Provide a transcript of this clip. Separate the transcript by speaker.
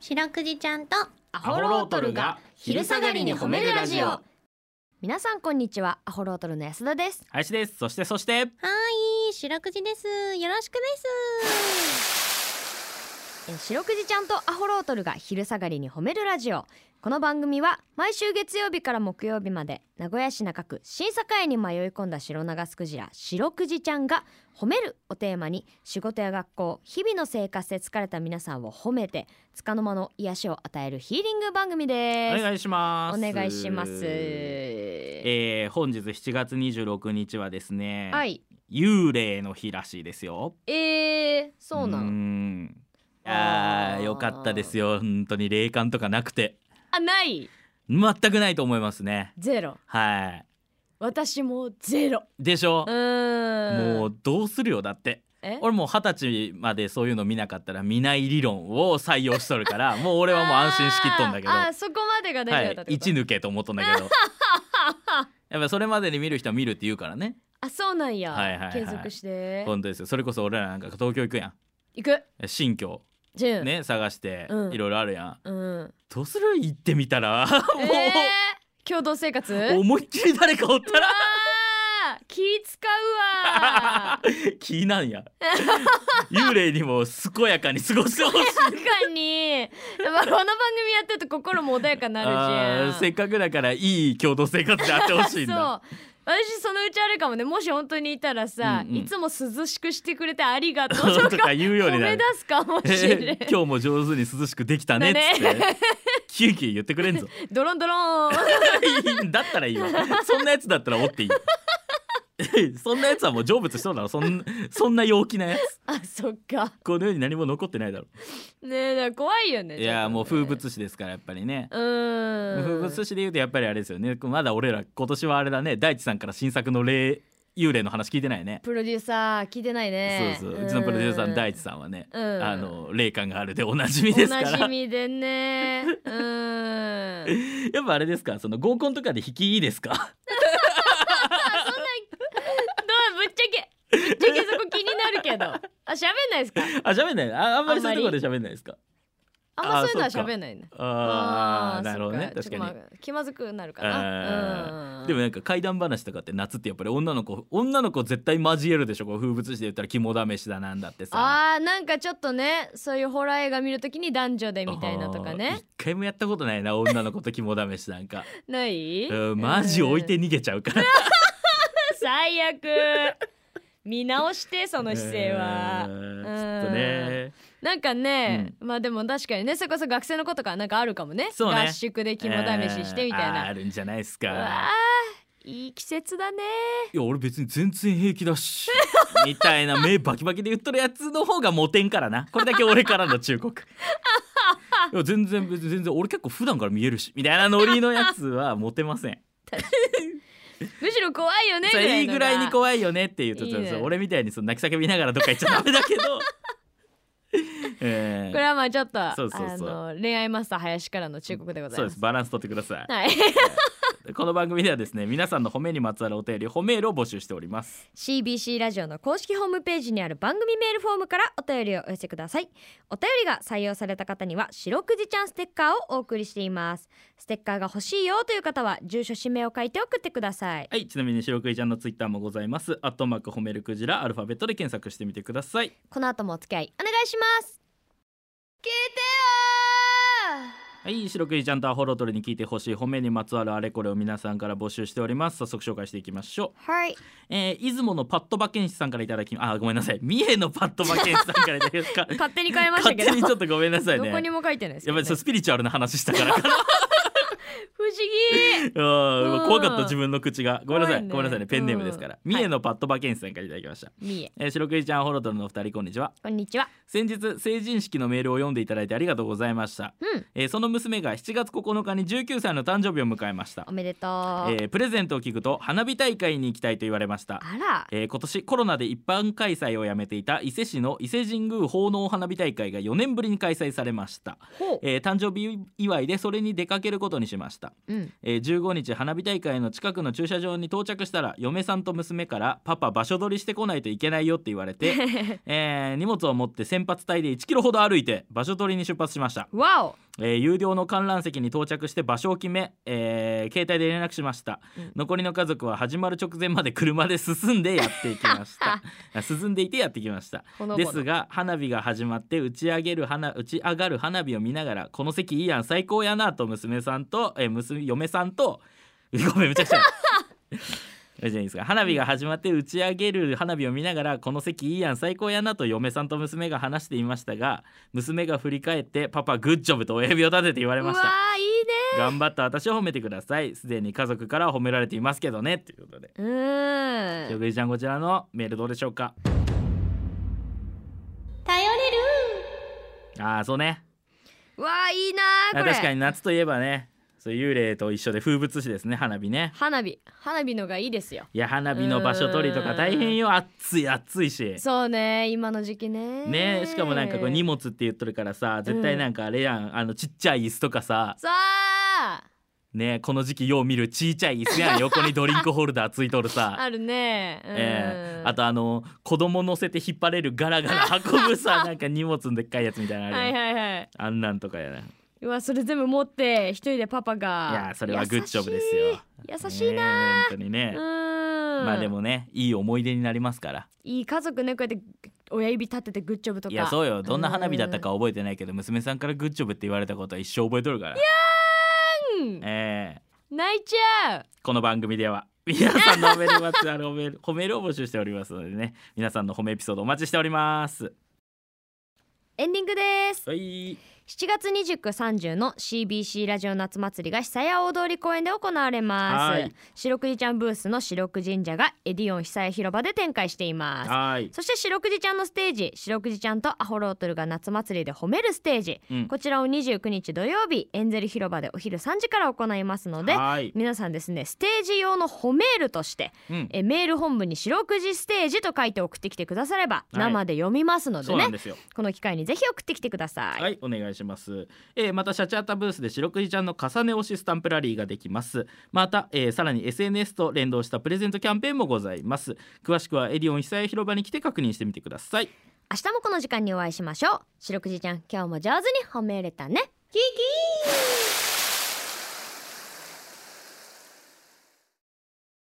Speaker 1: 白くじちゃんと
Speaker 2: ア
Speaker 3: ホロートルが昼下がりに褒めるラジオ
Speaker 2: 皆さんこんにちはアホロートルの安田です
Speaker 3: 林ですそしてそして
Speaker 1: はい白くじですよろしくです
Speaker 2: えー白くじちゃんとアホロートルが昼下がりに褒めるラジオこの番組は毎週月曜日から木曜日まで名古屋市中区審査会に迷い込んだ白長スクジラ白くじちゃんが「褒める」をテーマに仕事や学校日々の生活で疲れた皆さんを褒めて束の間の癒しを与えるヒーリング番組
Speaker 3: お
Speaker 2: です
Speaker 3: 願いします
Speaker 2: お願いします
Speaker 3: えー、本日7月26日はですね、
Speaker 2: はい
Speaker 3: 幽霊の日らしいですよ
Speaker 2: えー、そうな
Speaker 3: ー
Speaker 2: の
Speaker 3: んあ
Speaker 2: あー
Speaker 3: ーよかったですよ本当に霊感とかなくて
Speaker 2: あない
Speaker 3: 全くないと思いますね
Speaker 2: ゼロ
Speaker 3: はい
Speaker 2: 私もゼロ
Speaker 3: でしょ
Speaker 2: う、ーん
Speaker 3: もうどうするよだって
Speaker 2: え
Speaker 3: 俺もう二十歳までそういうの見なかったら見ない理論を採用しとるからもう俺はもう安心しきっとんだけど
Speaker 2: あーあーそこまでが
Speaker 3: は
Speaker 2: 大丈夫だったって
Speaker 3: い
Speaker 2: こと
Speaker 3: 一抜けと思っとんだけ どやっぱそれまでに見る人は見るって言うからね
Speaker 2: あそうなんや、
Speaker 3: はいはいはい
Speaker 2: 継続して
Speaker 3: 本当ですよそれこそ俺らなんか東京行くや
Speaker 2: 行く
Speaker 3: ん新居
Speaker 2: じゅん
Speaker 3: ね探して
Speaker 2: うん
Speaker 3: いろいろあるやん、
Speaker 2: うん
Speaker 3: どうする行ってみたらも
Speaker 2: えー、
Speaker 3: う、
Speaker 2: 共同生活
Speaker 3: 思いっきり誰かおったら
Speaker 2: あー気使うわ
Speaker 3: 気なんや幽霊にも健やかに過 ごしてほしい
Speaker 2: 確かにやっぱこの番組やってると心も穏やかになる
Speaker 3: あ
Speaker 2: じ
Speaker 3: ー
Speaker 2: ゃん
Speaker 3: せっかくだからいい共同生活であってほしいんだ
Speaker 2: そう私そのうちあるかもねもし本当にいたらさ、
Speaker 3: うんうん
Speaker 2: いつも涼しくしてくれてあり がとう
Speaker 3: と
Speaker 2: とか
Speaker 3: か言うよう
Speaker 2: 褒
Speaker 3: にな
Speaker 2: め
Speaker 3: る
Speaker 2: 出。すかもしれな
Speaker 3: え
Speaker 2: い
Speaker 3: 今日も上手に涼しくできたねっつっ
Speaker 2: だ
Speaker 3: て、キューキュー言ってくれんぞ
Speaker 2: ドロンドロン
Speaker 3: だったらいいわそんなやつだったらおってい いそんなやつはもう成仏しとうだろそんそんな陽気なやつ
Speaker 2: あそっか
Speaker 3: この世に何も残ってないだろ
Speaker 2: ねえだから怖いよね
Speaker 3: いやもう風
Speaker 2: ちょっ
Speaker 3: 物詩ですからやっぱりね、
Speaker 2: とねうーん
Speaker 3: 風物詩で言うとやっぱりあれですよねまだ俺ら今年はあれだね大地さんから新作の霊幽霊の話聞いてないね
Speaker 2: プロデューサー聞いてないね
Speaker 3: そうそううちのプロデューサーの大地さんはね、
Speaker 2: うん
Speaker 3: あの霊感があるでおなじみ
Speaker 2: お
Speaker 3: ですか
Speaker 2: な
Speaker 3: ら
Speaker 2: じみでねうーん
Speaker 3: やっぱあれですかその合コンとかで引きいいですか
Speaker 2: どうぶっちゃけぶっちゃけそこ気になるけどあ喋んないですか
Speaker 3: あ喋んないああんまりそういうとこ
Speaker 2: あんま
Speaker 3: ろ
Speaker 2: り
Speaker 3: で喋んないですか
Speaker 2: あんまそういうのは
Speaker 3: あそっか
Speaker 2: 喋んないね
Speaker 3: ああ
Speaker 2: ー
Speaker 3: なるほどね
Speaker 2: そっ
Speaker 3: 確かに、
Speaker 2: ちょっとまあ気まずくなるか
Speaker 3: あ
Speaker 2: な
Speaker 3: ー
Speaker 2: うん
Speaker 3: でもなんか怪談話とかって夏ってやっぱり女の子女の子絶対交えるでしょこう風物詩で言ったら肝試しだなんだってさ
Speaker 2: あーなんかちょっとねそういうホラー映画見るときに男女でみたいなとか
Speaker 3: あー
Speaker 2: ね
Speaker 3: 一回もやったことないな女の子と肝試しな んか
Speaker 2: ない
Speaker 3: うんマジ置いて逃げちゃ うから
Speaker 2: 最悪見直してその姿勢は
Speaker 3: え
Speaker 2: うん
Speaker 3: ーちょっとね
Speaker 2: なんかね、まあでも確かにねそれこそ学生の子とかなんかあるかもね
Speaker 3: そうね
Speaker 2: 合宿で肝試ししてみたい
Speaker 3: えーあー
Speaker 2: な、
Speaker 3: あるんじゃないです
Speaker 2: うわ
Speaker 3: か
Speaker 2: ーいい季節だね
Speaker 3: いや俺別に全然平気だし みたいな目バキバキで言っとるやつの方がモテんからなこれだけ俺からの忠告 いや全然別に全然俺結構普段から見えるしみたいなノリのやつはモテませ ん
Speaker 2: むしろ怖いよね
Speaker 3: そ
Speaker 2: ぐら
Speaker 3: れいい
Speaker 2: のが
Speaker 3: ぐらいに怖いよねって言うと
Speaker 2: いいね
Speaker 3: そう俺みたいにその泣き叫びながらどっか行っちゃダメだけど、 えー
Speaker 2: これはまあちょっと
Speaker 3: そうそうそう
Speaker 2: あの恋愛マスター林からの忠告でござ
Speaker 3: そ
Speaker 2: いうま
Speaker 3: ですすバランス取ってください
Speaker 2: はい
Speaker 3: この番組ではですね皆さんの褒めにまつわるお便り褒めールを募集しております
Speaker 2: CBC ラジオの公式ホームページにある番組メールフォームからお便りをお寄せくださいお便りが採用された方には白くじちゃんステッカーをお送りしていますステッカーが欲しいよという方は住所氏名を書いて送ってください
Speaker 3: はいちなみに白クイちゃんのツイッターもございますアットマーク褒めるクジラアルファベットで検索してみてください
Speaker 2: この後もお付き合いお願いします聞いてよ
Speaker 3: はい白クイちゃんとアホロトルに聞いてほしい褒めにまつわるあれこれを皆さんから募集しております早速紹介していきましょう
Speaker 2: はい
Speaker 3: えー、出雲のパッドバケンシさんからいただきあごめんなさい三重のパッドバケンシさんからいただき ました
Speaker 2: 勝手に変えました
Speaker 3: 勝
Speaker 2: け
Speaker 3: 手
Speaker 2: ど
Speaker 3: にちょっとごめんなさい
Speaker 2: ど
Speaker 3: ね
Speaker 2: こにも書いてないですけ
Speaker 3: や
Speaker 2: ど、ね、
Speaker 3: っぱりそ
Speaker 2: 不
Speaker 3: うスピリチュアルな話した からかな
Speaker 2: 思議
Speaker 3: うん
Speaker 2: うん
Speaker 3: 怖かった自分の口がごめんなさい
Speaker 2: 怖いね
Speaker 3: ごめんなさいねペンネームですから、
Speaker 2: うん
Speaker 3: 三重のパッドバケンシさんからいただきました、
Speaker 2: みえ
Speaker 3: えー、白クイちゃんアホロトルのお二人こんにちは
Speaker 2: こんにちは
Speaker 3: 先日成人式のメールを読んでいただいてありがとうございました、
Speaker 2: うん
Speaker 3: えーその娘が7月9日に19歳の誕生日を迎えました
Speaker 2: お、めでとう、
Speaker 3: えープレゼントを聞くと花火大会に行きたいと言われました、
Speaker 2: あら
Speaker 3: えー今年コロナで一般開催をやめていた伊勢市の伊勢神宮奉納花火大会が4年ぶりに開催されました、
Speaker 2: ほう
Speaker 3: えー誕生日祝いでそれに出かけることにしました、した、
Speaker 2: うん
Speaker 3: えー15日花火大会の近くの駐車場に到着したら嫁さんと娘から「パパ場所取りしてこないといけないよ」って言わ れて、えー荷物を持って先発隊で1キロほど歩いて場所取りに出発しました、
Speaker 2: わお
Speaker 3: えー有料の観覧席に到着して場所を決め、えー携帯で連絡しました、
Speaker 2: うん
Speaker 3: 残りの家族は始まる直前まで車で進んでやっていきました あ進んでいてやってきました
Speaker 2: ほのぼ
Speaker 3: で
Speaker 2: の
Speaker 3: すが花火が始まって打ち上げる花打ち上がる花火を見ながらこの席いいやん最高やなと娘さんとえー娘嫁さんと ごめんめち ゃくちゃ。いいですか花火が始まって打ち上げる花火を見ながらこの席いいやん最高やなと嫁さんと娘が話していましたが娘が振り返ってパパグッジョブと親指を立てて言われ
Speaker 2: うわ
Speaker 3: ました
Speaker 2: ーいいね
Speaker 3: 頑張った私を褒めてくださいすでに家族から褒められていますけどねっていうことで
Speaker 2: うー
Speaker 3: よ
Speaker 2: ん
Speaker 3: ぐりちゃんこちらのメールどうでしょうか
Speaker 1: 頼れる
Speaker 3: ああそうね
Speaker 2: うわーいいなー
Speaker 3: あ
Speaker 2: これ
Speaker 3: 確かに夏といえばねそう幽霊と一緒で風物詩ですね花火ね
Speaker 2: 花火花火のがいいですよ
Speaker 3: いや花火の場所取りと
Speaker 2: うー
Speaker 3: か
Speaker 2: ん
Speaker 3: 大変よ暑い暑いし
Speaker 2: そうね今の時期ね
Speaker 3: ねしかもなんかこう荷物って言っとるからさ絶対なんかあれやんあのちっちゃい椅子とかさ
Speaker 2: さあ
Speaker 3: ねこの時期よう見るちいちゃい椅子 やん横にドリンクホルダーついとるさ
Speaker 2: あるね うん
Speaker 3: ええあとあの子供乗せて引っ張れるガラガラ運 ぶさなんか荷物のでっかいやつみたいなのあるやん
Speaker 2: はいはいはい
Speaker 3: あんなんとかやないう
Speaker 2: わそれ全部持って一人でパパが
Speaker 3: やそれはグッジョブですよ
Speaker 2: 優しい優しいな、
Speaker 3: ね本当にね
Speaker 2: う、ん
Speaker 3: まあでもねいい思い出になりますから
Speaker 2: いい家族ねこうやって親指立ててグッジョブとか
Speaker 3: いやそうよどんな花火だったか覚えてないけど娘さんからグッジョブって言われたことは一生覚えとるから
Speaker 2: うん
Speaker 3: ええ
Speaker 2: 泣いちゃう
Speaker 3: この番組では 皆さんの褒めるまつわる褒める褒めるを募集しておりますのでね皆さんの褒めエピソードお待ちしております
Speaker 2: エンディングです
Speaker 3: はい
Speaker 2: 7月29、30の CBC ラジオ夏祭りが久屋大通公園で行われま
Speaker 3: は
Speaker 2: す
Speaker 3: い
Speaker 2: 白くじちゃんブースの白く神社がエディオン久屋広場で展開しています
Speaker 3: はい
Speaker 2: そして白くじちゃんのステージ白くじちゃんとアホロートルが夏祭りで褒めるステージ、
Speaker 3: うん
Speaker 2: こちらを29日土曜日エンゼル広場でお昼3時から行いますので
Speaker 3: はい
Speaker 2: 皆さんですねステージ用の褒めールとして
Speaker 3: うん
Speaker 2: えメール本部に白くじステージと書いて送ってきてくだされば
Speaker 3: い
Speaker 2: 生で読みますので
Speaker 3: そう
Speaker 2: ね、
Speaker 3: なんですよ
Speaker 2: この機会にぜひ送ってきてください、
Speaker 3: はい、お願いします、えーまたシャチャータブースで白くじちゃんの重ね押しスタンプラリーができますまた、えーさらに SNS と連動したプレゼントキャンペーンもございます詳しくはエディオン久屋広場に来て確認してみてください
Speaker 2: 明日もこの時間にお会いしましょう白くじちゃん今日も上手に褒めれたねキキー